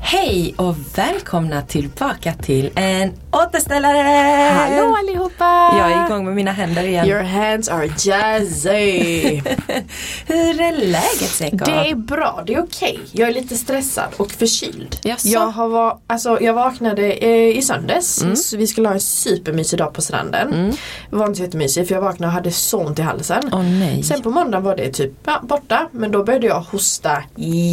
Hej och välkomna tillbaka till en återställare! Hallå allihopa! Eh, Jag är igång med mina händer igen. Your hands are jazzy! Hur är läget Seko? det är bra, det är okej. Jag är lite stressad och förkyld. Jaså? Jag, har va- alltså, jag vaknade eh, i söndags, Mm. så vi skulle ha en supermysig dag på stranden. Det var inte så jättemysig för jag vaknade och hade så ont i halsen. Åh nej. Sen på måndagen var det typ ja, borta men då började jag hosta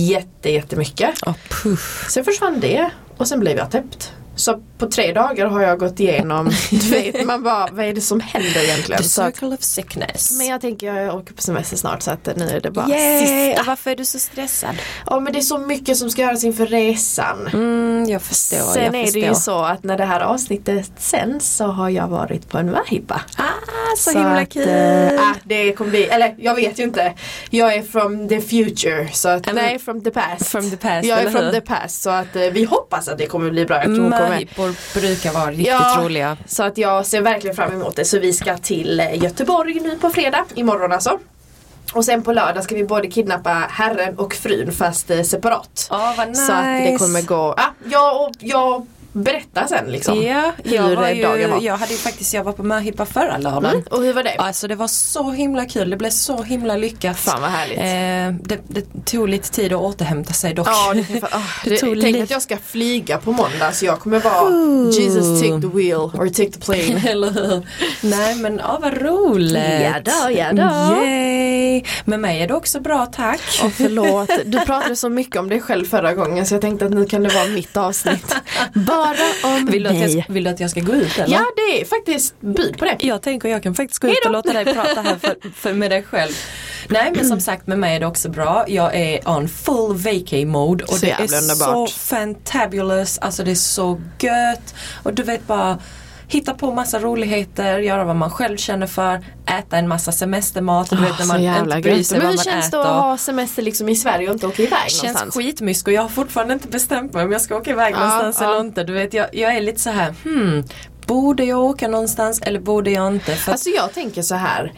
jätte, jättemycket. Åh Oh, puff. Sen försvann det och sen blev jag täppt. Så på tre dagar har jag gått igenom, du vet man bara vad är det som händer egentligen? The Så, circle of sickness. men jag tänker jag åker på semester snart så att nu är det bara sist. Yay! Och varför är du så stressad? Ja men det är så mycket som ska göras inför resan. Mm, jag förstår. sen jag är förstår. det ju så att när det här avsnittet sänds så har jag varit på en möhippa. Ah, så, eh, ah, himla kul. Äh, det kommer bli, eller jag vet ju inte. Jag är from the future så att, men- nej from the past. From the past, jag är eller from hur? Mm, the past så att eh, vi hoppas att det kommer bli bra. Jag tror hon kommer Möhippor brukar vara riktigt Ja. roliga. Så att jag ser verkligen fram emot det. Så vi ska till eh, Göteborg nu på fredag, imorgon alltså. Och sen på lördag ska vi både kidnappa herren och frun fast eh, separat. Ja, vad nice. Så att det kommer gå, ah, jag, och, jag berättar sen liksom. Ja, jag, hur var ju, dagen var. jag hade ju faktiskt, jag var på möhippa förra lördagen. Mm. Och hur var det? Alltså det var så himla kul, det blev så himla lyckat. Fan, vad härligt. Eh, det, det tog lite tid att återhämta sig dock. Ja, det kan, ah, det, tog tänk lite- att jag ska flyga på måndag så jag kommer vara Jesus take the wheel or take the plane. Eller hur? Nej men ja vad roligt. Mm, Ja då, ja då. Yay. Med mig är det också bra tack. Åh, förlåt, du pratade så mycket om dig själv förra gången så jag tänkte att nu kan det vara mitt avsnitt. Bara om vill, du att mig. jag, vill du att jag ska gå ut eller? Ja det är faktiskt bud på det. Jag tänker jag kan faktiskt gå ut och låta dig prata här för, för med dig själv. Nej men som sagt med mig är det också bra. Jag är on full vacay mode och Så det jävla är underbart. så fantabulous. Alltså det är så gött. Och du vet bara hitta på massa roligheter, göra vad man själv känner för, äta en massa semestermat. Du vet när man inte bryr sig Men vad hur man känns det äter. att ha semester liksom i Sverige och inte åka iväg känns någonstans? skitmysko. Jag har fortfarande inte bestämt mig om jag ska åka iväg Ja, någonstans ja. eller inte. Du vet jag, jag är lite så här hmm, borde jag åka någonstans eller borde jag inte? För att Alltså jag tänker så här.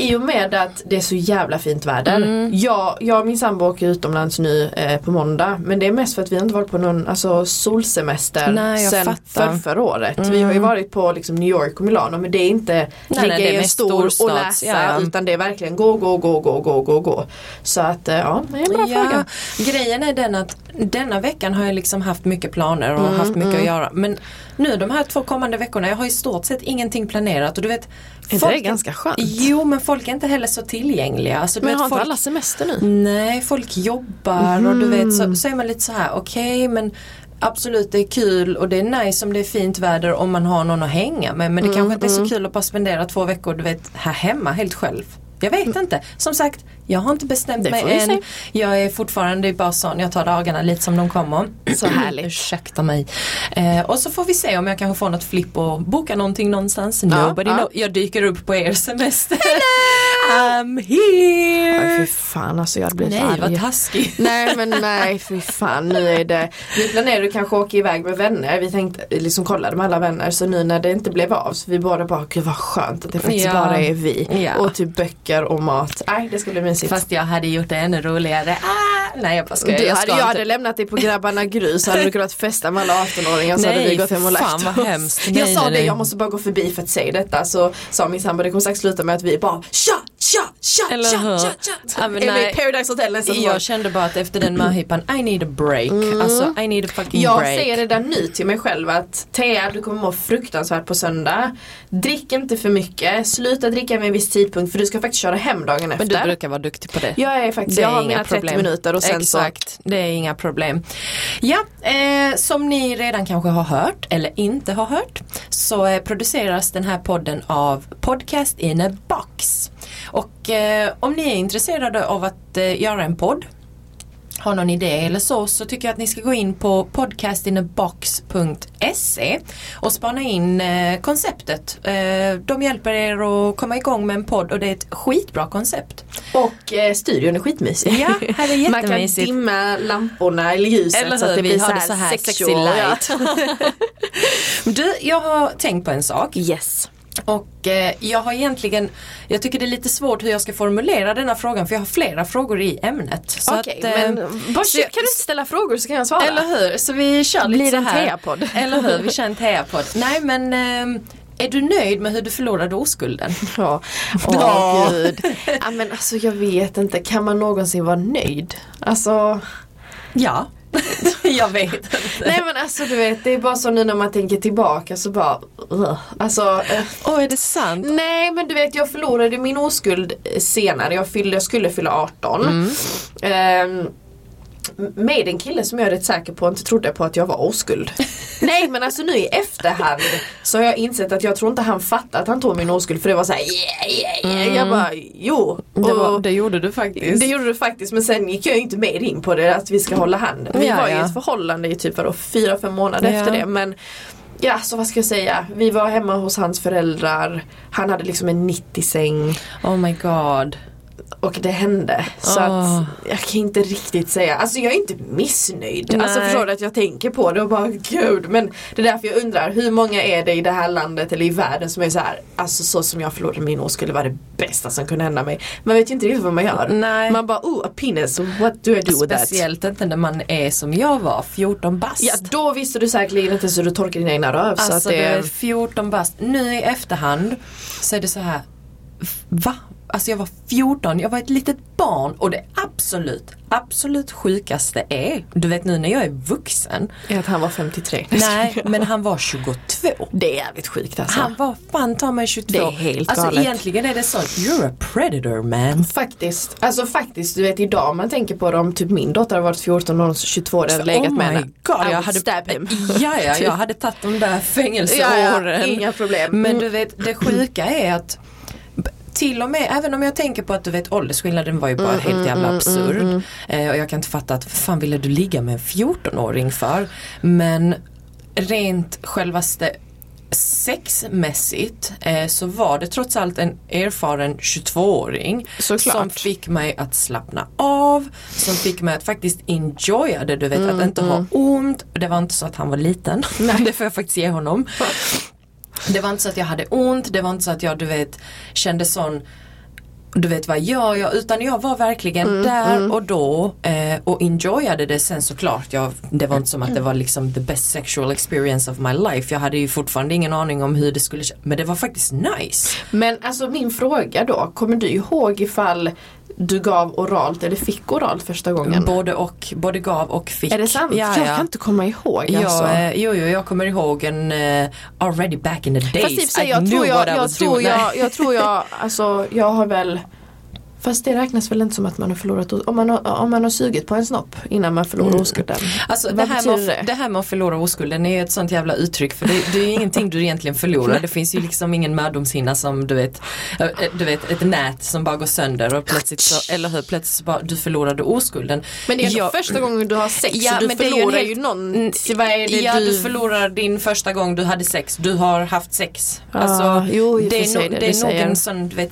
I och med att det är så jävla fint väder. Mm. Jag, jag och min sambo åker utomlands nu eh, på måndag. Men det är mest för att vi har inte varit på någon alltså, solsemester Nej, jag sen fattar. Mm. för förra året. Vi har ju varit på liksom, New York och Milano men det är inte nej, ligga det är i en mest stor och storstads, läsa. ja, ja. Utan det är verkligen gå, gå, gå, gå, gå, gå, gå. Så att eh, ja, det är en bra fråga. Grejen är den att denna veckan har jag liksom haft mycket planer och Mm, haft mycket att göra. Men nu de här två kommande veckorna, jag har i stort sett ingenting planerat. Och du vet, inte det ganska skönt? Jo men folk är inte heller så tillgängliga. Alltså, du Men vet, har inte folk, alla semester nu? Nej, folk jobbar och du vet Mm. så, så är man lite så här, okej men Absolut det är kul och det är nice om det är fint väder om man har någon att hänga med men det kanske inte är Mm, så kul att bara spendera två veckor du vet här hemma helt själv. Jag vet inte. Som sagt, jag har inte bestämt Mm. Det mig får vi än. se. Jag är fortfarande bara sån, jag tar dagarna lite som de kommer. Så härligt. Ursäkta mig. Eh, och så får vi se om jag kanske får något flipp och boka någonting någonstans. Ja, Nobody ja. know. Jag dyker upp på er semester. I'm here! Nej, fy fan alltså jag hade blivit Nej, arg. vad taskig. Nej men nej fy fan nu är det Vi planerade att kanske åka iväg med vänner Vi tänkte liksom kollade med alla vänner Så nu när det inte blev av så vi båda bara Gud vad skönt att det faktiskt Ja. bara är vi Ja. Och typ böcker och mat Nej det ska bli mysigt Fast jag hade gjort det ännu roligare. Ah, nej jag bara skojar. du, Jag hade, ska jag hade inte. lämnat dig på grabbarna Gry så hade du kunnat festa med alla 18-åringar så hade Nej, vi gått hem och lagt fan, vad oss. hemskt. Jag Nej, sa nej, det, nej. jag måste bara gå förbi för att säga detta så sa min sambo det kommer säkert sluta med att vi bara tja tja tja Eller tja hur? tja Ja, tja men Är vi nej. i Paradise Hotel nästa Jag kände bara att efter den möhippan, I need a break. Alltså I need a fucking Jag break. säger redan nu till mig själv att Thea du kommer må fruktansvärt på söndag. Drick inte för mycket, sluta dricka vid en viss tidpunkt för du ska faktiskt köra hem dagen Men du efter. brukar vara duktig på det. Jag är faktiskt, jag har mina 30 minuter och sen så Exakt, det är inga problem. Ja, eh, som ni redan kanske har hört eller inte har hört så eh, produceras den här podden av Podcast in a box. Och eh, om ni är intresserade av att eh, göra en podd har någon idé eller så så tycker jag att ni ska gå in på podcastinabox.se och spana in eh, konceptet. Eh, de hjälper er att komma igång med en podd och det är ett skitbra koncept. Och eh, studion är skitmysig. Ja, här är Man kan jättemysigt. dimma lamporna eller ljuset Eller så att hur, det vi blir har det så här sexy light. Men Du, jag har tänkt på en sak. Yes. Och eh, jag har egentligen, jag tycker det är lite svårt hur jag ska formulera denna frågan för jag har flera frågor i ämnet. Så Okej, att, eh, men varsågod, så- kan du inte ställa frågor så kan jag svara? Eller hur, så vi kör Blir lite det en så här. Thea-podd? Eller hur, vi kör en Thea-podd. Nej men ehm, är du nöjd med hur du förlorade oskulden? Ja, åh Ja. gud. Ja, men alltså jag vet inte, kan man någonsin vara nöjd? Alltså, Ja, jag vet inte. nej men alltså du vet, det är bara så nu när man tänker tillbaka så bara, ugh. alltså eh, Åh är det sant? Nej men du vet jag förlorade min oskuld senare, jag, fyllde, jag skulle fylla 18. Mm. Ehm, med en kille som jag är rätt säker på inte trodde på att jag var oskuld. Nej men alltså nu i efterhand så har jag insett att jag tror inte han fattade att han tog min oskuld för det var så här yeah, yeah, yeah. Jag bara jo. Mm. Det, Och- var, det gjorde du faktiskt. det gjorde du faktiskt men sen gick jag ju inte mer in på det att vi ska hålla hand. Vi Ja, var i ja. ett förhållande i typ vadå, fyra, fem månader Ja. efter det men Ja så vad ska jag säga, vi var hemma hos hans föräldrar Han hade liksom en 90-säng Oh my god. Och det hände Så Ah. att jag kan inte riktigt säga Alltså jag är inte missnöjd Alltså Nej. förstår du att jag tänker på det och bara gud Men det är därför jag undrar hur många är det i det här landet eller i världen som är så här Alltså så som jag förlorade min år skulle vara det bästa som kunde hända mig Man vet ju inte riktigt vad man gör Nej. Man bara oh a penis, what do I do with that? Speciellt inte när man är som jag var, 14 bast. Ja, då visste du säkerligen inte så du torkar dina egna röv så att Alltså det... du är 14 bast. Nu i efterhand så är det så här. f- Va? Alltså jag var 14, jag var ett litet barn och det absolut, absolut sjukaste är, du vet nu när jag är vuxen. Att han var 53. Nej, men han var 22. Det är jävligt sjukt alltså. Han var fan ta mig 22. Det är helt alltså galet. egentligen är det sånt, you're a predator man. Faktiskt, alltså faktiskt du vet idag man tänker på det om typ min dotter hade varit 14 och 22 år hade legat oh med my henne. God, I jag would hade, stab him. Ja, ja, jag hade tagit de där fängelseåren. Ja, ja, inga problem. Mm. Men du vet, det sjuka är att b- till och med, även om jag tänker på att du vet åldersskillnaden var ju bara helt jävla absurd. Eh, och jag kan inte fatta att vad fan ville du ligga med en 14-åring för? Men rent självaste sexmässigt eh, så var det trots allt en erfaren 22-åring Såklart. som fick mig att slappna av, som fick mig att faktiskt enjoya det, du vet att inte ha ont. Det var inte så att han var liten, det får jag faktiskt ge honom. Det var inte så att jag hade ont, det var inte så att jag du vet kände sån du vet vad gör jag? Utan jag var verkligen Mm, där och då eh, och enjoyade det sen såklart. Jag, det var inte som att det var liksom the best sexual experience of my life. Jag hade ju fortfarande ingen aning om hur det skulle kä- Men det var faktiskt nice. Men alltså min fråga då, kommer du ihåg ifall du gav oralt eller fick oralt första gången? Både och, både gav och fick. Mm. Är det sant? Ja, Jag ja. kan inte komma ihåg Ja, alltså. eh, jo, jo, jag kommer ihåg en eh, already back in the Fast i och för days sig, jag tror jag, jag, tror Nej. jag, jag tror jag, alltså jag har väl Fast det räknas väl inte som att man har förlorat os- om man har, om man har sugit på en snopp innan man förlorar oskulden. Alltså det Vad här, med, betyder att- det? det här med att förlora oskulden är ju ett sånt jävla uttryck för det, det är ju ingenting du egentligen förlorar. Det finns ju liksom ingen mödomshinna som du vet, eh, eh, du vet ett nät som bara går sönder och plötsligt så, eller hur, plötsligt så bara, du förlorade oskulden. Men det är ändå Jag- första gången du har sex Ja, så du men det är ju en förlorar ju, helt- någon, vad är det ja, du... du, förlorar din första gång du hade sex, du har haft sex. Alltså, Ja, jo, i det, och för är sig nog- det alltså, det du är nog säger. en sån du vet,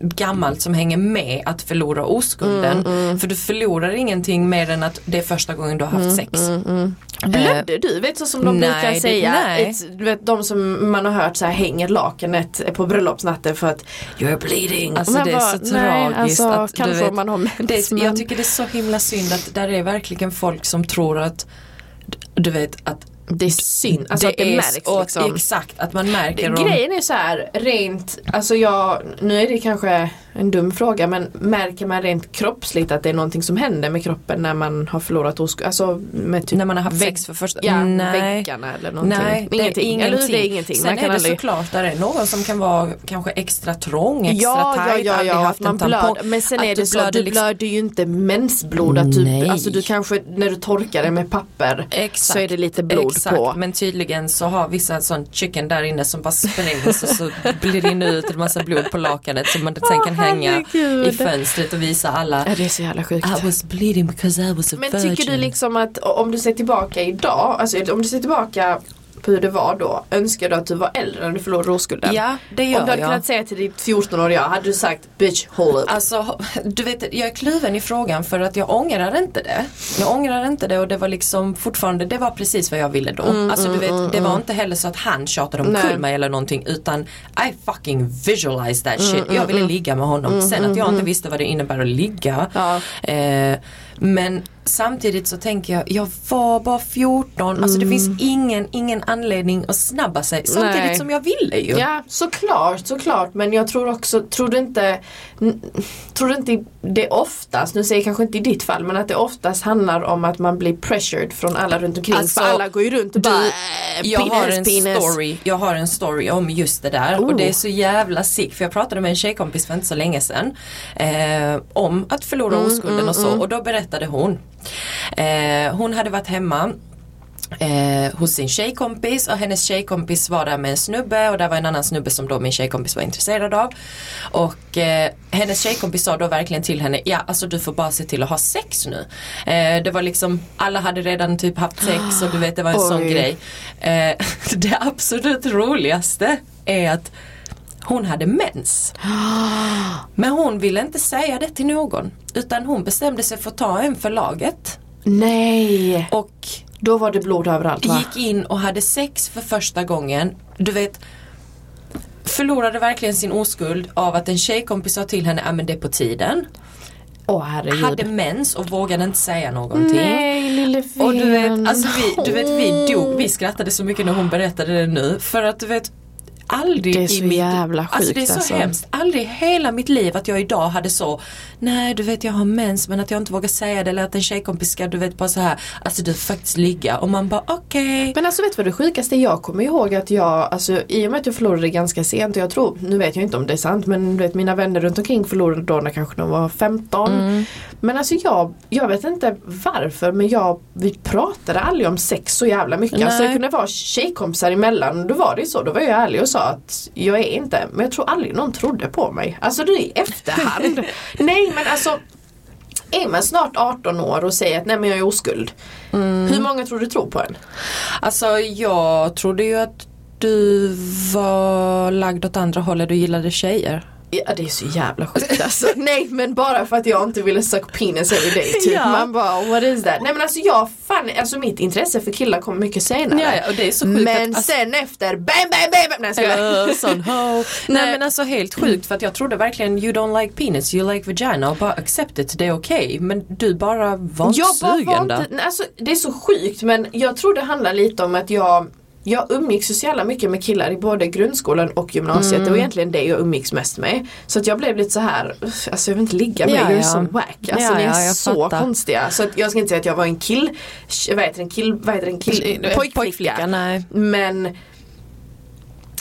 gammalt som hänger med att förlora oskulden. Mm, För du förlorar ingenting mer än att det är första gången du har Mm, haft sex. Eh, Blödde du? Vet så som de nej, brukar det- säga. nej. Ett- Du vet de som man har hört så här hänger lakanet på bröllopsnatten för att You're bleeding. Alltså Man det är så bara, nej, tragiskt. Alltså, att, kanske du vet, om man har mens. det är, men- Jag tycker det är så himla synd att där är verkligen folk som tror att du vet att det är synd. Alltså att det är märks så- liksom. Exakt, att man märker om- Grejen är så här, rent, alltså jag, nu är det kanske en dum fråga men märker man rent kroppsligt att det är någonting som händer med kroppen när man har förlorat oskuld, alltså med typ när man har haft vägg- sex för första ja, Nej. väggarna eller någonting? Nej, ingenting. Det är Eller hur? ingenting. det är ingenting. Sen man kan är det aldrig... såklart, där är någon som kan vara kanske extra trång, extra Ja, ja, tajt, ja, aldrig ja, haft att man en tampong. blöder. Men sen Att är du det så, att du blöder liksom- blöder ju inte mensblod. Att du, Nej. alltså du kanske, när du torkar det med papper Exakt. så är det lite blod Exakt. på. Men tydligen så har vissa sån chicken där inne som bara sprängs och så blir det nu ut en massa blod på lakanet som man sen kan Åh, hänga i herregud. fönstret och visa alla Ja, det är så jävla sjukt. I was bleeding because I was a Men liksom virgin. tycker du liksom att o- om du ser tillbaka idag, alltså om du ser tillbaka på hur det var då. Önskar du att du var äldre när du förlorade oskulden? Ja, det Om gör du hade jag. kunnat säga till ditt 14-åriga jag, hade du sagt bitch hold up. Alltså, du vet, jag är kluven i frågan för att jag ångrar inte det. Jag ångrar inte det och det var liksom fortfarande, det var precis vad jag ville då. Mm, alltså du vet, det var inte heller så att han tjatade Nej. omkull mig eller någonting utan I fucking visualize that Mm, shit. jag ville ligga med honom. Sen att jag inte visste vad det innebär att ligga. Ja. Eh, men samtidigt så tänker jag, jag var bara 14. Alltså det finns ingen, ingen anledning att snabba sig. Samtidigt Mm. Nej. som jag ville ju. Ja, såklart, såklart. Men jag tror också, tror du inte, n- tror du inte det oftast, nu säger jag kanske inte i ditt fall, men att det oftast handlar om att man blir pressured från alla runt omkring. Alltså, för alla går ju runt och du, bara, jag "Penis, har en penis." story Jag har en story om just det där Oh. och det är så jävla sick för jag pratade med en tjejkompis för inte så länge sedan eh, om att förlora Mm, oskulden och så och då berättade hon eh, hon hade varit hemma eh, hos sin tjejkompis och hennes tjejkompis var där med en snubbe och där var en annan snubbe som då min tjejkompis var intresserad av. Och eh, hennes tjejkompis sa då verkligen till henne, ja alltså du får bara se till att ha sex nu. Eh, det var liksom, alla hade redan typ haft sex och du vet det var en sån Oj. grej. Eh, det absolut roligaste är att hon hade mens. Men hon ville inte säga det till någon. Utan hon bestämde sig för att ta en för laget. Nej! Och Då var det blod överallt va? gick in och hade sex för första gången. Du vet, förlorade verkligen sin oskuld av att en tjejkompis sa till henne, ja men det är på tiden. Åh herregud. Hade mens och vågade inte säga någonting. Nej lille vän. Och du vet, alltså vi, du vet vi dog, vi skrattade så mycket när hon berättade det nu. För att du vet, aldrig Det är i så mitt, jävla Alltså sjukt, det är så alltså. hemskt. Aldrig i hela mitt liv att jag idag hade så, nej du vet jag har mens men att jag inte vågar säga det eller att en tjejkompis ska du vet bara så här, alltså du får faktiskt ligga. Och man bara okej. Men alltså vet du vad det sjukaste är? jag kommer ihåg att jag, alltså i och med att jag förlorade ganska sent och jag tror, nu vet jag inte om det är sant men du vet mina vänner runt omkring förlorade då när kanske de var 15. Men alltså jag, jag vet inte varför men jag, vi pratade aldrig om sex så jävla mycket. Alltså det Nej. kunde vara tjejkompisar emellan då var det ju så, då var jag ärlig och sa att jag är inte, men jag tror aldrig någon trodde på mig. Alltså det är i efterhand. Nej men alltså är man snart 18 år och säger att nej men jag är oskuld. Hur många tror du tror på en? Alltså jag trodde ju att du var lagd åt andra hållet, du gillade tjejer. Ja det är så jävla sjukt alltså. Nej men bara för att jag inte ville suck penis every day typ. Ja. Man bara what is that? Nej men alltså jag fan, alltså mitt intresse för killar kom mycket senare. Ja, ja, och det är så sjukt men att- alltså- sen efter bam bam bam! bam. Nej jag skojar. Ö, sån ho. Nej men alltså helt sjukt för att jag trodde verkligen you don't like penis, you like vagina och bara accept it, det är okej. Men du bara var inte Jag bara var sugen inte, där. nej, alltså, det är så sjukt men jag tror det handlar lite om att jag jag umgicks ju så jävla mycket med killar i både grundskolan och gymnasiet. Det var Mm. egentligen det jag umgicks mest med. Så att jag blev lite så här, "Uff, alltså jag vill inte ligga med Ja, er, ja. så wack. Alltså Ja, ni är ja, jag så fattar. konstiga. Så att jag ska inte säga att jag var en kill, vad heter en kill, vad heter en kill, pojkflicka. nej. Men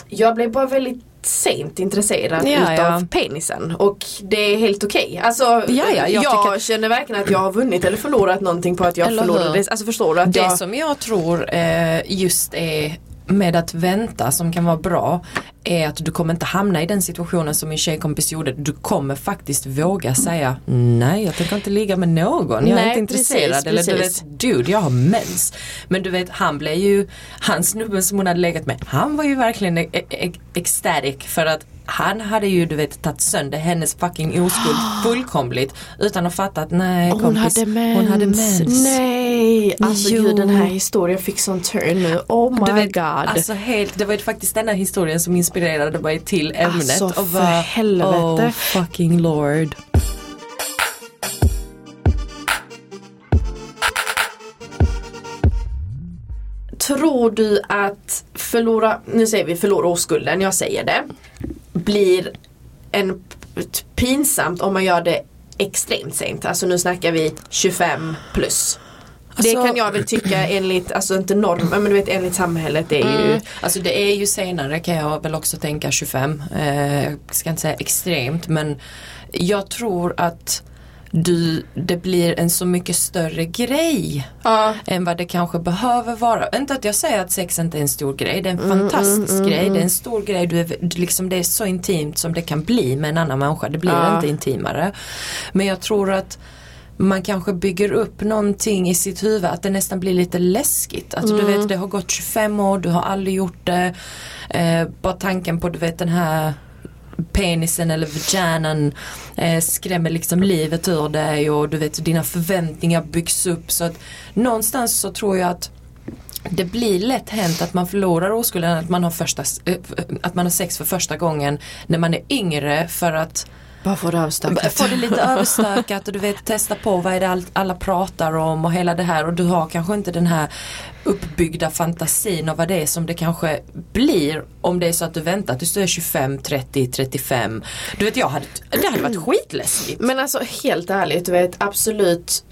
jag blev bara väldigt sent intresserad Ja, utav ja. penisen och det är helt okej. Alltså ja, jag jag, tycker- känner verkligen att jag har vunnit eller förlorat någonting på att jag Eller hur? förlorade. Alltså förstår du? Att Det jag, som jag tror eh, just är med att vänta som kan vara bra är att du kommer inte hamna i den situationen som min tjejkompis gjorde. Du kommer faktiskt våga säga nej jag tänker inte ligga med någon. Jag är Nej, inte precis, intresserad. Eller du precis. vet dude jag har mens. Men du vet han blev ju, han snubben som hon hade legat med han var ju verkligen e- e- ecstatic för att han hade ju du vet tagit sönder hennes fucking oskuld fullkomligt utan att fatta att nej hon kompis hade mens. hon hade mens. Nej, alltså Jo. gud den här historien fick sån turn nu. Oh my Du vet, god. Alltså helt, det var ju faktiskt den här historien som inspirerade mig till ämnet. Alltså, och för bara, helvete. Oh fucking lord. Tror du att förlora, nu säger vi förlora oskulden, jag säger det, blir en p- t- pinsamt om man gör det extremt sent. Alltså nu snackar vi 25 plus. det Alltså- kan jag väl tycka enligt, alltså inte normen, men du vet enligt samhället det är ju Alltså det är ju senare kan jag väl också tänka 25. Eh, jag ska inte säga extremt men jag tror att du, det blir en så mycket större grej Ja. än vad det kanske behöver vara. Inte att jag säger att sex inte är en stor grej, det är en Mm, fantastisk grej, det är en stor grej, du är, du liksom, det är så intimt som det kan bli med en annan människa, det blir Ja. inte intimare. Men jag tror att man kanske bygger upp någonting i sitt huvud att det nästan blir lite läskigt. Att Mm. du vet det har gått 25 år, du har aldrig gjort det. Eh, bara tanken på du vet den här penisen eller vaginan eh, skrämmer liksom livet ur dig och du vet dina förväntningar byggs upp. Så att någonstans så tror jag att det blir lätt hänt att man förlorar oskulden, att man, har första, eh, att man har sex för första gången när man är yngre för att Bara få det avstökat. Få det lite överstökat och du vet testa på vad är det allt- alla pratar om och hela det här och du har kanske inte den här uppbyggda fantasin och vad det är som det kanske blir om det är så att du väntar tills du är 25, 30, 35. Du vet jag hade, det hade varit skitläskigt. Men alltså helt ärligt, du vet absolut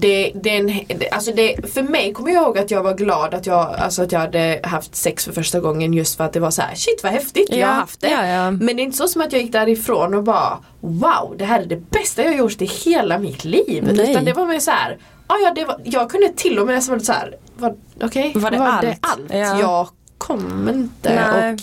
det, det, är en, det- alltså det, för mig kommer jag ihåg att jag var glad att jag, alltså att jag hade haft sex för första gången just för att det var så här: shit vad häftigt, jag har Ja, haft det. ja, ja. Men det är inte så som att jag gick därifrån och bara wow det här är det bästa jag har gjort i hela mitt liv. Nej. Utan det var mer såhär, ja, ja, det var, jag kunde till och med nästan vara såhär, var, okej Var det allt? Ja. Jag kom inte Nej. och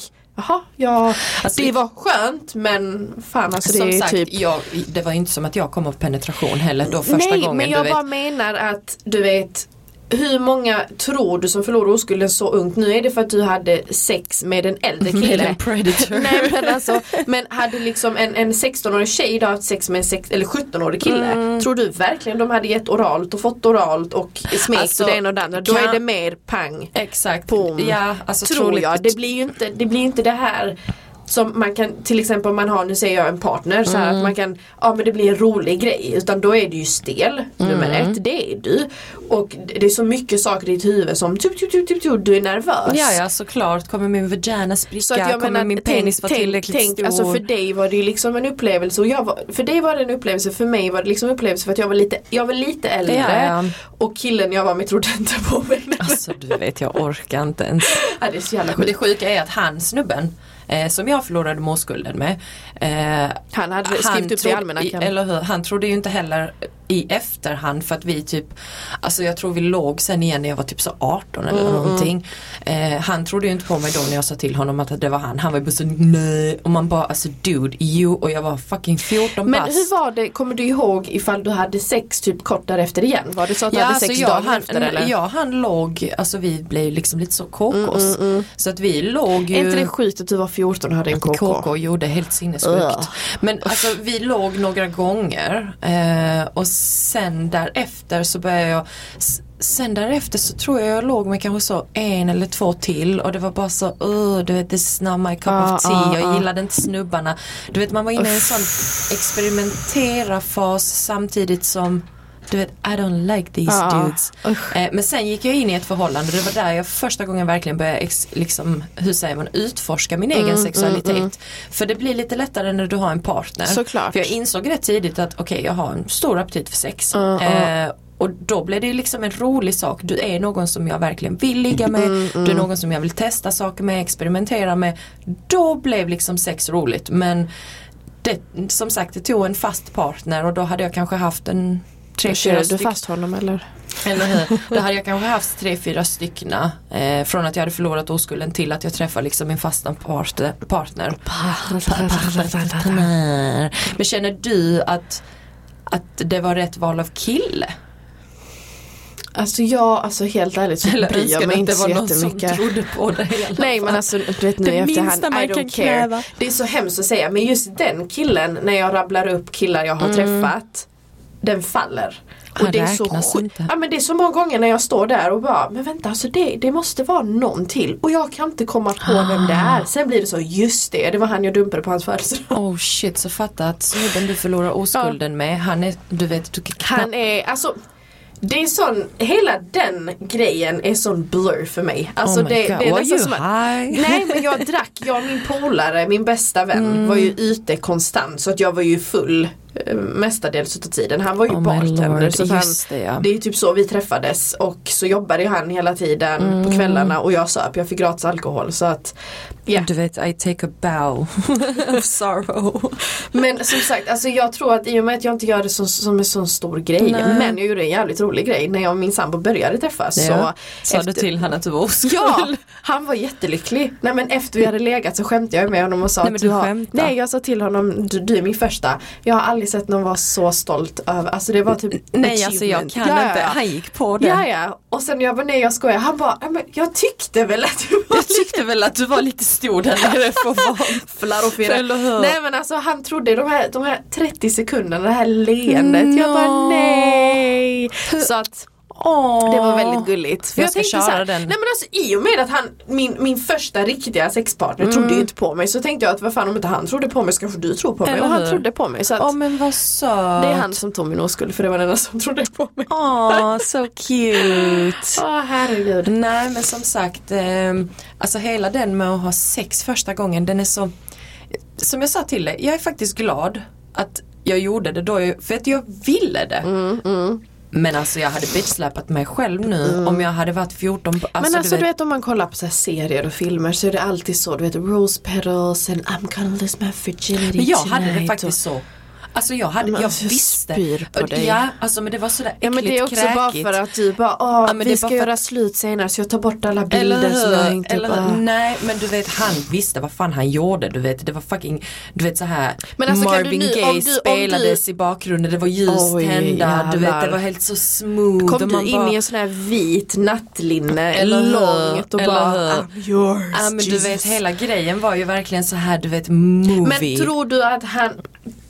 Jaha, ja, Alltså, det var skönt men fan alltså det som är sagt, typ jag, det var ju inte som att jag kom av penetration heller då första Nej, gången. men jag du bara vet. menar att du vet hur många tror du som förlorar oskulden så ungt? Nu är det för att du hade sex med en äldre Med kille. en predator. Nej men alltså, men hade liksom en, en 16-årig tjej idag haft sex med en sex, eller 17-årig kille. Mm. Tror du verkligen de hade gett oralt och fått oralt och smekt Alltså, och det ena och det andra? Då kan- är det mer pang. Exakt. Boom. Ja, alltså, tror troligt- jag. Det blir ju inte det, blir ju inte det här som man kan, till exempel om man har, nu säger jag en partner, så Mm. här att man kan, ja men det blir en rolig grej. Utan då är du ju stel, nummer Mm. ett, det är du. Och det är så mycket saker i ditt huvud som tu, tu, tu, tu, tu, du är nervös. Ja, ja såklart. Kommer min vagina spricka? Så att jag Kommer menar, min penis vara tillräckligt stor? Alltså för dig var det ju liksom en upplevelse och jag var, för dig var det en upplevelse, för mig var det liksom en upplevelse för att jag var lite, jag var lite äldre. Ja, ja. Och killen jag var med trodde inte på mig. Alltså du vet jag orkar inte ens. ja, det är så jävla Men sjukt. det sjuka är att han snubben eh, som jag förlorade måskulden med. Eh, Han hade skrivit upp det i trodde- almanackan. i- Eller hur, han trodde ju inte heller i efterhand för att vi typ, alltså jag tror vi låg sen igen när jag var typ så 18 eller någonting. Eh, han trodde ju inte på mig då när jag sa till honom att det var han. Han var ju bara så nej och man bara alltså dude, you och jag var fucking 14 Men bast. hur var det, kommer du ihåg ifall du hade sex typ kort därefter igen? Var det så att du hade sex dagen alltså han, efter eller? Ja, han låg, alltså vi blev liksom lite så kokos. Så att vi låg ju... Mm, Är inte det sjukt att du var 14 och hade en KK? KK gjorde helt sinnessjukt. Ugh. Men alltså vi låg några gånger eh, och sen därefter så började jag s- Sen därefter så tror jag jag låg med kanske så en eller två till och det var bara så uh, du vet this is not my cup Ah, of tea, ah, jag ah. gillade inte snubbarna. Du vet man var inne i en sån experimentera-fas samtidigt som du vet I don't like these Ah, ah. dudes. Eh, men sen gick jag in i ett förhållande och det var där jag första gången verkligen började ex, liksom, hur säger man, utforska min egen sexualitet. För det blir lite lättare när du har en partner. Såklart. För jag insåg rätt tidigt att okej jag har en stor aptit för sex. Mm, Eh, och då blev det ju liksom en rolig sak. Du är någon som jag verkligen vill ligga med. Du är någon som jag vill testa saker med, experimentera med. Då blev liksom sex roligt. Men det, som sagt det tog en fast partner och då hade jag kanske haft en tre, fyra Körde du stycken. fast honom eller? Eller hur? Då hade jag kanske haft tre, fyra styckna eh, från att jag hade förlorat oskulden till att jag träffade liksom min fasta partner. partner. partner. Men känner du att, att det var rätt val av kille? Alltså jag, alltså helt ärligt så Eller bryr önskar jag du mig att inte det så var någon som jättemycket. trodde på det? i alla Nej men fall? alltså du vet nu Det i efterhand, minsta man I don't kan care. kräva. Det är så hemskt att säga men just den killen när jag rabblar upp killar jag har träffat Den faller. Mm. Han Och det är, så räknas sjuk- inte. ja, men det är så många gånger när jag står där och bara men vänta alltså det, det måste vara någon till och jag kan inte komma på vem det Ah. är. Sen blir det så just det, det var han jag dumpade på hans födelsedag. Oh shit, så fatta att snubben du förlorar oskulden med, han är, du vet, du kan Han är alltså det är sån, hela den grejen är sån blur för mig. Alltså Oh my det, God, det är were nästan you som att- high? Nej men jag drack, jag och min polare, min bästa vän Mm. var ju ute konstant så att jag var ju full eh, mestadels utav tiden. Han var ju Oh my bartender lord, så att han, just det, ja. det är typ så vi träffades och så jobbade ju han hela tiden Mm. på kvällarna och jag söp, jag fick gratis alkohol så att ja. Du vet, I take a bow of sorrow. Men som sagt, alltså jag tror att i och med att jag inte gör det som, som en sån stor grej Nej. Men jag gjorde en jävligt rolig grej när jag och min sambo började träffas Ja. så Sa du efter- till han att du var oskuld? Ja, han var jättelycklig. Nej men efter vi hade legat så skämtade jag med honom och sa Nej, men att du har... skämtar. Nej jag sa till honom, du, du är min första. Jag har aldrig sett någon vara så stolt över, alltså det var typ Nej alltså jag achievement. kan Ja, inte, ja. han gick på det. Ja ja, och sen jag bara nej jag skojar, han bara "Nej, men jag tyckte väl att du var Jag tyckte väl att du var lite stor där nere för att vara- Flar och fira. Eller hur? Nej men alltså han trodde de här, de här 30 sekunderna, det här leendet. Jag Nå. bara nej. Så att Åh. det var väldigt gulligt. Jag ska tänkte köra så här, den. Nej men alltså i och med att han, min, min första riktiga sexpartner trodde ju inte på mig så tänkte jag att vad fan om inte han trodde på mig så kanske du tror på mig. Eller och han hur? trodde på mig så att Åh men vad söt. det är han som tog min oskuld för det var den enda som trodde på mig. Åh, so cute. Åh herregud. Nej men som sagt, eh, alltså hela den med att ha sex första gången den är så, som jag sa till dig, jag är faktiskt glad att jag gjorde det då, för att jag ville det. Men alltså jag hade bitchsläpat mig själv nu om jag hade varit 14, Mm. alltså, Men alltså du vet, om man kollar på så här serier och filmer så är det alltid så, du vet rose petals and I'm gonna lose my virginity men jag hade det tonight och- faktiskt så. Alltså jag hade, Men jag alltså, jag visste. spyr på dig. Ja, alltså men det var sådär äckligt Ja men det är också kräkigt. bara för att du bara, åh Ja, men det är vi ska bara för göra slut senare så jag tar bort alla bilder Eller som jag hur? hängt Eller upp. hur? Ah. Nej men du vet han visste vad fan han gjorde du vet det var fucking du vet så här Men alltså, kan du Marvin nu- om Gaye du- om du- spelades i bakgrunden det var ljust Oj, tända du vet det jävlar. var helt så smooth Kom och du man in bara, i en sån här vit nattlinne, Eller hur? långt och Eller bara hur? I'm yours Ja äh, men du Jesus." vet hela grejen var ju verkligen så här du vet movie Men tror du att han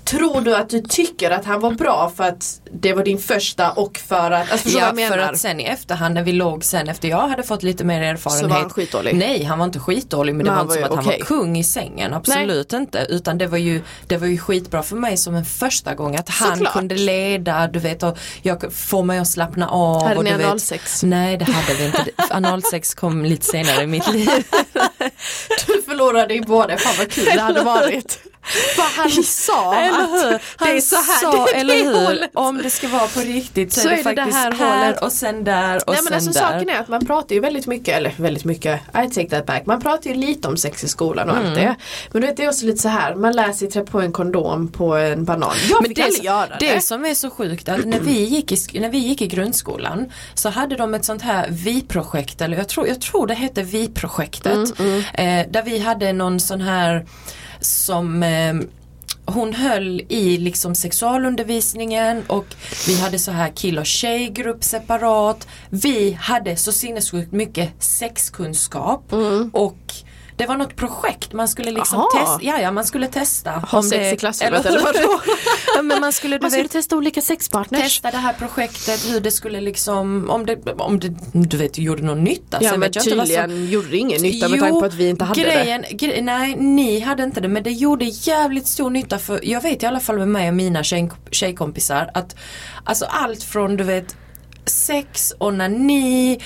Tror du att du tycker att han var bra för att det var din första och för att, alltså förstår du Ja vad jag för menar? att sen i efterhand när vi låg sen efter jag hade fått lite mer erfarenhet Så var han skitdålig? Nej han var inte skitdålig men det var Men han inte som var att ju han okej. var kung i sängen absolut inte utan det var, ju, det var ju skitbra för mig som en första gång att han Såklart. kunde leda du vet och jag får mig att slappna av Hade och ni du vet, analsex? Nej det hade vi inte, Det- analsex kom lite senare i mitt liv Du förlorade ju båda, fan vad kul det hade varit. Vad han sa Eller hur? att det är så här, sa, det är eller det hur? hålet. Om det ska vara på riktigt så, är det, faktiskt här här, hålet. och sen där och Nej men sen alltså där saken är att man pratar ju väldigt mycket, eller väldigt mycket, I take that back, man pratar ju lite om sex i skolan och Mm. allt det. Men du vet det är också lite så här, man lär sig trä på en kondom på en banan. Jag Men fick det, aldrig göra det. det som är så sjukt att när vi, gick i, sk- när vi gick i grundskolan så hade de ett sånt här vi-projekt eller jag tror, jag tror det hette vi-projektet Mm, Eh, där vi hade någon sån här som eh, hon höll i liksom sexualundervisningen och vi hade så här kill och tjejgrupp separat. Vi hade så sinnessjukt mycket sexkunskap och det var något projekt man skulle liksom Mm. Aha. testa. Ja, ja, man skulle testa. Ha om sex det- i klassrummet eller hur? vadå? ja, men man skulle, du Man skulle vet, testa olika sexpartners. testa det här projektet, hur det skulle liksom, om det, om det du vet, gjorde någon nytta. Ja Sen men vet jag inte vad som- tydligen gjorde det ingen nytta med tanke på att vi inte hade det. grejen, Gre nej, ni hade inte det men det gjorde jävligt stor nytta för jag vet i alla fall med mig och mina tjej, tjejkompisar att alltså allt från du vet sex, onani,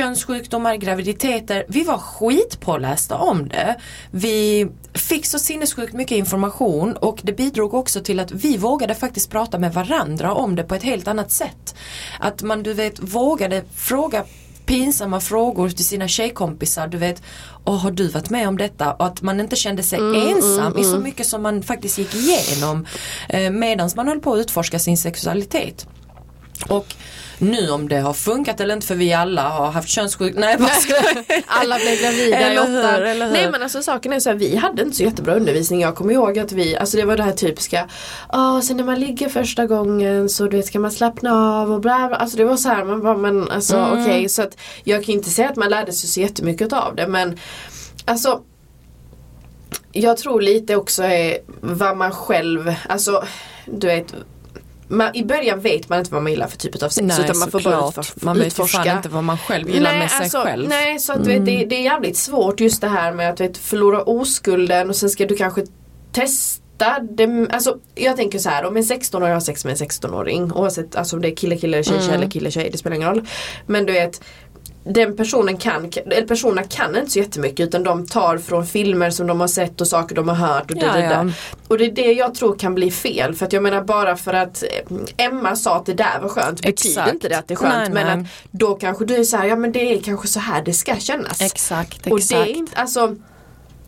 könssjukdomar, graviditeter. Vi var skitpålästa om det. Vi fick så sinnessjukt mycket information och det bidrog också till att vi vågade faktiskt prata med varandra om det på ett helt annat sätt. Att man du vet vågade fråga pinsamma frågor till sina tjejkompisar. Du vet, Åh, har du varit med om detta? Och att man inte kände sig ensam i så mycket som man faktiskt gick igenom eh, medan man höll på att utforska sin sexualitet. Och nu om det har funkat eller inte för vi alla har haft könssjuk... Nej, vad ska Alla blev gravida i Eller hur, åttan. eller hur? Nej men alltså saken är så här, vi hade inte så jättebra undervisning. Jag kommer ihåg att vi, alltså det var det här typiska, ja sen när man ligger första gången så du vet kan man slappna av och bla bla. Alltså det var så här, man bara men alltså Mm. okej så att jag kan inte säga att man lärde sig så jättemycket av det men alltså jag tror lite också är vad man själv, alltså du vet man, I början vet man inte vad man gillar för typ av sex utan man får bara såklart. utforska. Man vet ju fan inte vad man själv gillar med sig alltså, själv. Nej, så att, du vet, Mm. det, det är jävligt svårt just det här med att du vet, förlora oskulden och sen ska du kanske testa det. Alltså, jag tänker så här, om en 16-åring har sex med en 16-åring oavsett alltså, om det är kille kille eller tjej tjej Mm. eller kille tjej, det spelar ingen roll. Men du vet den personen kan, eller personerna kan inte så jättemycket utan de tar från filmer som de har sett och saker de har hört och det, Ja, det, ja. det. Och det är det jag tror kan bli fel för att jag menar bara för att eh, Emma sa att det där var skönt betyder Exakt. inte det att det är skönt Nej, men nej. att då kanske du är så här, ja men det är kanske så här det ska kännas. Exakt, Och det är, exakt. inte- alltså,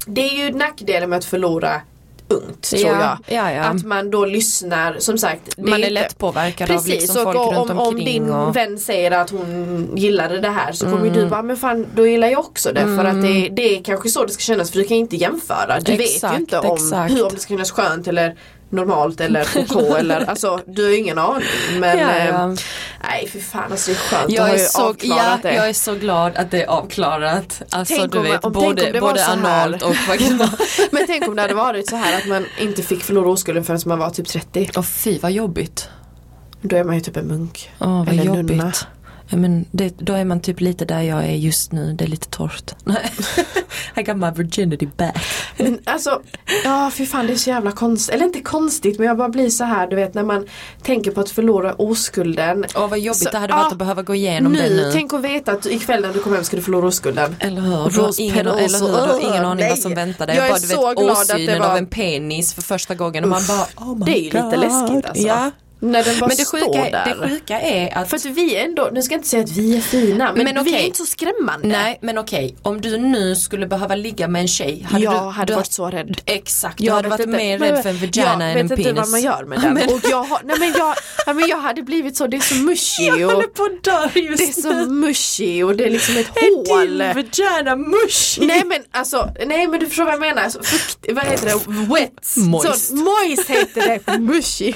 det är ju nackdelen med att förlora ungt tror Ja, jag. ja, ja. Att man då lyssnar, som sagt. det Man är inte- lätt påverkad av Precis, liksom folk och runt om, om omkring. din och... Mm. vän säger att hon gillade det här så kommer ju du bara, men fan då gillar jag också det för att det, det är kanske så det ska kännas för du kan ju inte jämföra. Du vet Exakt, ju inte om exakt. hur om det ska kännas skönt eller normalt eller OK eller alltså du har ju ingen aning. Men Ja, ja. eh, nej för fan alltså det är skönt att Jag ha är, ju så, ja, avklarat det. jag är så glad att det är avklarat. Alltså Tänk du om- vet om- tänk om både, det var både så här. analt och vaginalt. Men tänk om det hade varit så här att man inte fick förlora oskulden förrän man var typ 30. Åh fy vad jobbigt. Då är man ju typ en munk. Åh vad Eller jobbigt. nunna. Ja, men det, då är man typ lite där jag är just nu, det är lite torrt. Nej. I got my virginity back. Men alltså, ja fy fan det är så jävla konstigt. Eller inte konstigt men jag bara blir så här du vet när man tänker på att förlora oskulden. Åh vad jobbigt Så- det hade varit ah, att behöva gå igenom det Nu, nu. tänk att veta att du- ikväll när du kommer hem ska du förlora oskulden. Eller hur? Du har ingen, Rospedos eller hur? Du och- har ingen aning vad som Nej. väntar dig. Jag är bara, du så vet, glad att det åsynen var- av en penis för första gången och man Uff, bara oh my det är ju God. lite läskigt alltså. Ja. När den bara Men det står sjuka, där. det sjuka är att För att vi är ändå, nu ska jag inte säga att vi är fina men, Men vi är okej. inte så skrämmande. Nej men okej, om du nu skulle behöva ligga med en tjej hade jag du, hade du, varit så rädd. Exakt, du Jag hade vet varit inte- mer men- rädd för en vagina än en Jag vet penis. inte vad man gör med den. Och jag, har, nej, men jag, nej, men jag hade blivit så, det är så mushy och på att dö just det är så mushy och det är liksom ett Är hål. din vagina mushy? Nej men alltså, nej men du förstår vad jag menar. Alltså, fukt, vad heter det? Wet. Moist. Så, moist heter det. Mushy.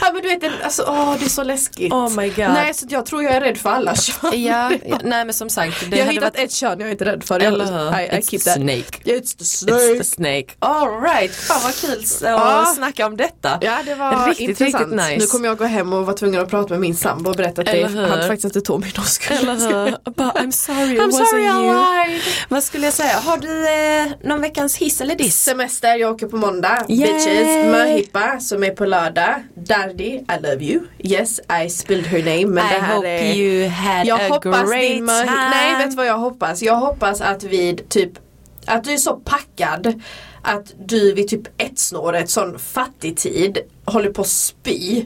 Ja men du vet, den- alltså åh det är så läskigt. Oh my god. Nej så jag tror jag är rädd för alla kön. Ja, ja, nej men som sagt. Det jag har hade hittat varit, ett kön jag är inte rädd för. Eller jag, hur? I, I It's the keep that. snake. It's the snake. It's the snake. Alright, fan vad kul att Ja. snacka om detta. Ja det var Riktigt, riktigt, intressant. riktigt nice. Nu kommer jag gå hem och vara tvungen att prata med min sambo och berätta att det, Eller hur? han faktiskt inte tog min Oscar. Eller hur? Bara, I'm sorry it I'm wasn't sorry I you. lied. Vad skulle jag säga? Har du eh, någon veckans hiss eller diss? Semester, jag åker på måndag. Yay! Bitches, möhippa som är på lördag. Dardi, I love you. Yes, I spilled her name. Men det I här hope är... you had jag a hoppas great din möhi- time. Nej, vet du vad jag hoppas? Jag hoppas att vid typ... Att du är så packad att du vid typ ett snåret, sån fattig tid, håller på att spy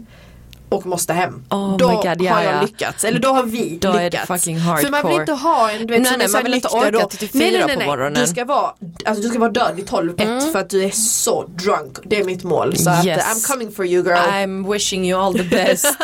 och måste hem. Oh då my God, ja, har jag ja. lyckats, eller då har vi Då är det lyckats. fucking För man vill hardcore. inte ha en du vet, Nej, som nej, är man såhär vill inte nykter orka och- till typ fyra på morgonen. Mm. Du ska vara, alltså, du ska vara död vid 12 ett för att du är så drunk. Det är mitt mål. Så att, Yes. I'm coming for you girl. I'm wishing you all the best.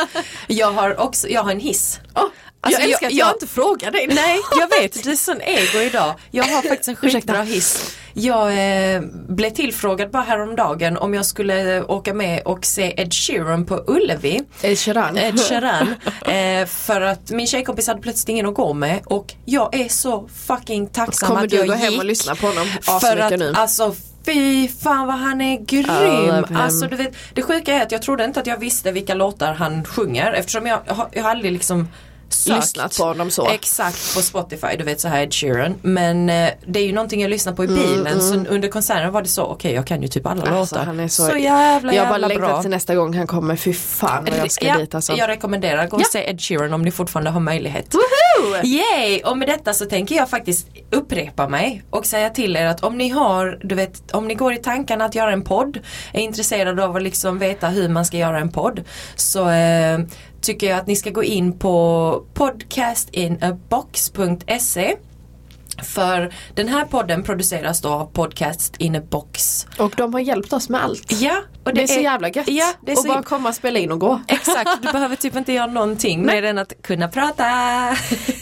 jag har också, jag har en hiss. Oh, Alltså, jag älskar jag- att jag, jag- inte frågar dig. Nej, jag vet. Du är sån ego idag. Jag har faktiskt en skitbra hiss. Jag eh, blev tillfrågad bara häromdagen om jag skulle eh, åka med och se Ed Sheeran på Ullevi. Ed Sheeran. Ed Sheeran. Eh, för att min tjejkompis hade plötsligt ingen att gå med och jag är så fucking tacksam Kommer att du jag gå gick. hem och lyssna på honom För att asmycket nu? alltså fy fan vad han är love him. grym. Alltså, du vet, det sjuka är att jag trodde inte att jag visste vilka låtar han sjunger eftersom jag, jag, har- jag har aldrig liksom sökt. Lyssnat på honom så. Exakt på Spotify, du vet så här Ed Sheeran. Men eh, det är ju någonting jag lyssnar på i bilen så under konserten var det så, okej jag kan ju typ alla Mm, Alltså, låtar. han är så, så jävla jag bara jävla längtar bra. till nästa gång han kommer, fy fan vad jag ska ja, dit alltså. Jag rekommenderar, gå och Ja. se Ed Sheeran om ni fortfarande har möjlighet. Woohoo! Yay! Och med detta så tänker jag faktiskt upprepa mig och säga till er att om ni har, du vet, om ni går i tankarna att göra en podd, är intresserade av att liksom veta hur man ska göra en podd, så eh, tycker jag att ni ska gå in på podcastinabox.se för den här podden produceras då av Podcast in a Box. Och de har hjälpt oss med allt. Ja, och Det, är så jävla gött. Ja, det är och så bara komma, spela in och gå. Exakt, du behöver typ inte göra någonting mer än att kunna prata.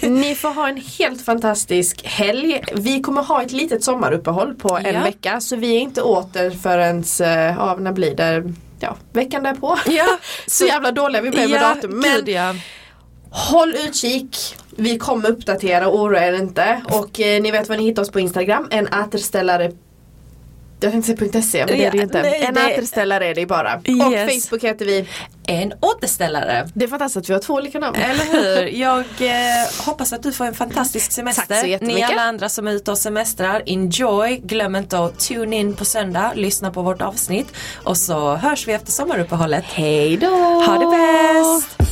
Ni får ha en helt fantastisk helg. Vi kommer ha ett litet sommaruppehåll på en Ja. vecka så vi är inte åter förrän, eh, ja när blir det, ja veckan därpå. Ja, Så jävla dåliga vi blev med datum. Men gud, ja. håll utkik. Vi kommer uppdatera, oroa er inte. Och eh, ni vet var ni hittar oss på Instagram, en återställare jag tänkte säga .se men det är det Ja, inte. nej, en det- återställare är det bara. Och Yes. Facebook heter vi. En återställare. Det är fantastiskt att vi har två olika namn. Eller hur? Jag eh, hoppas att du får en fantastisk semester. Tack så Ni jättemycket. alla andra som är ute och semestrar, enjoy. Glöm inte att tune in på söndag, lyssna på vårt avsnitt och så hörs vi efter sommaruppehållet. Hej då! Ha det bäst!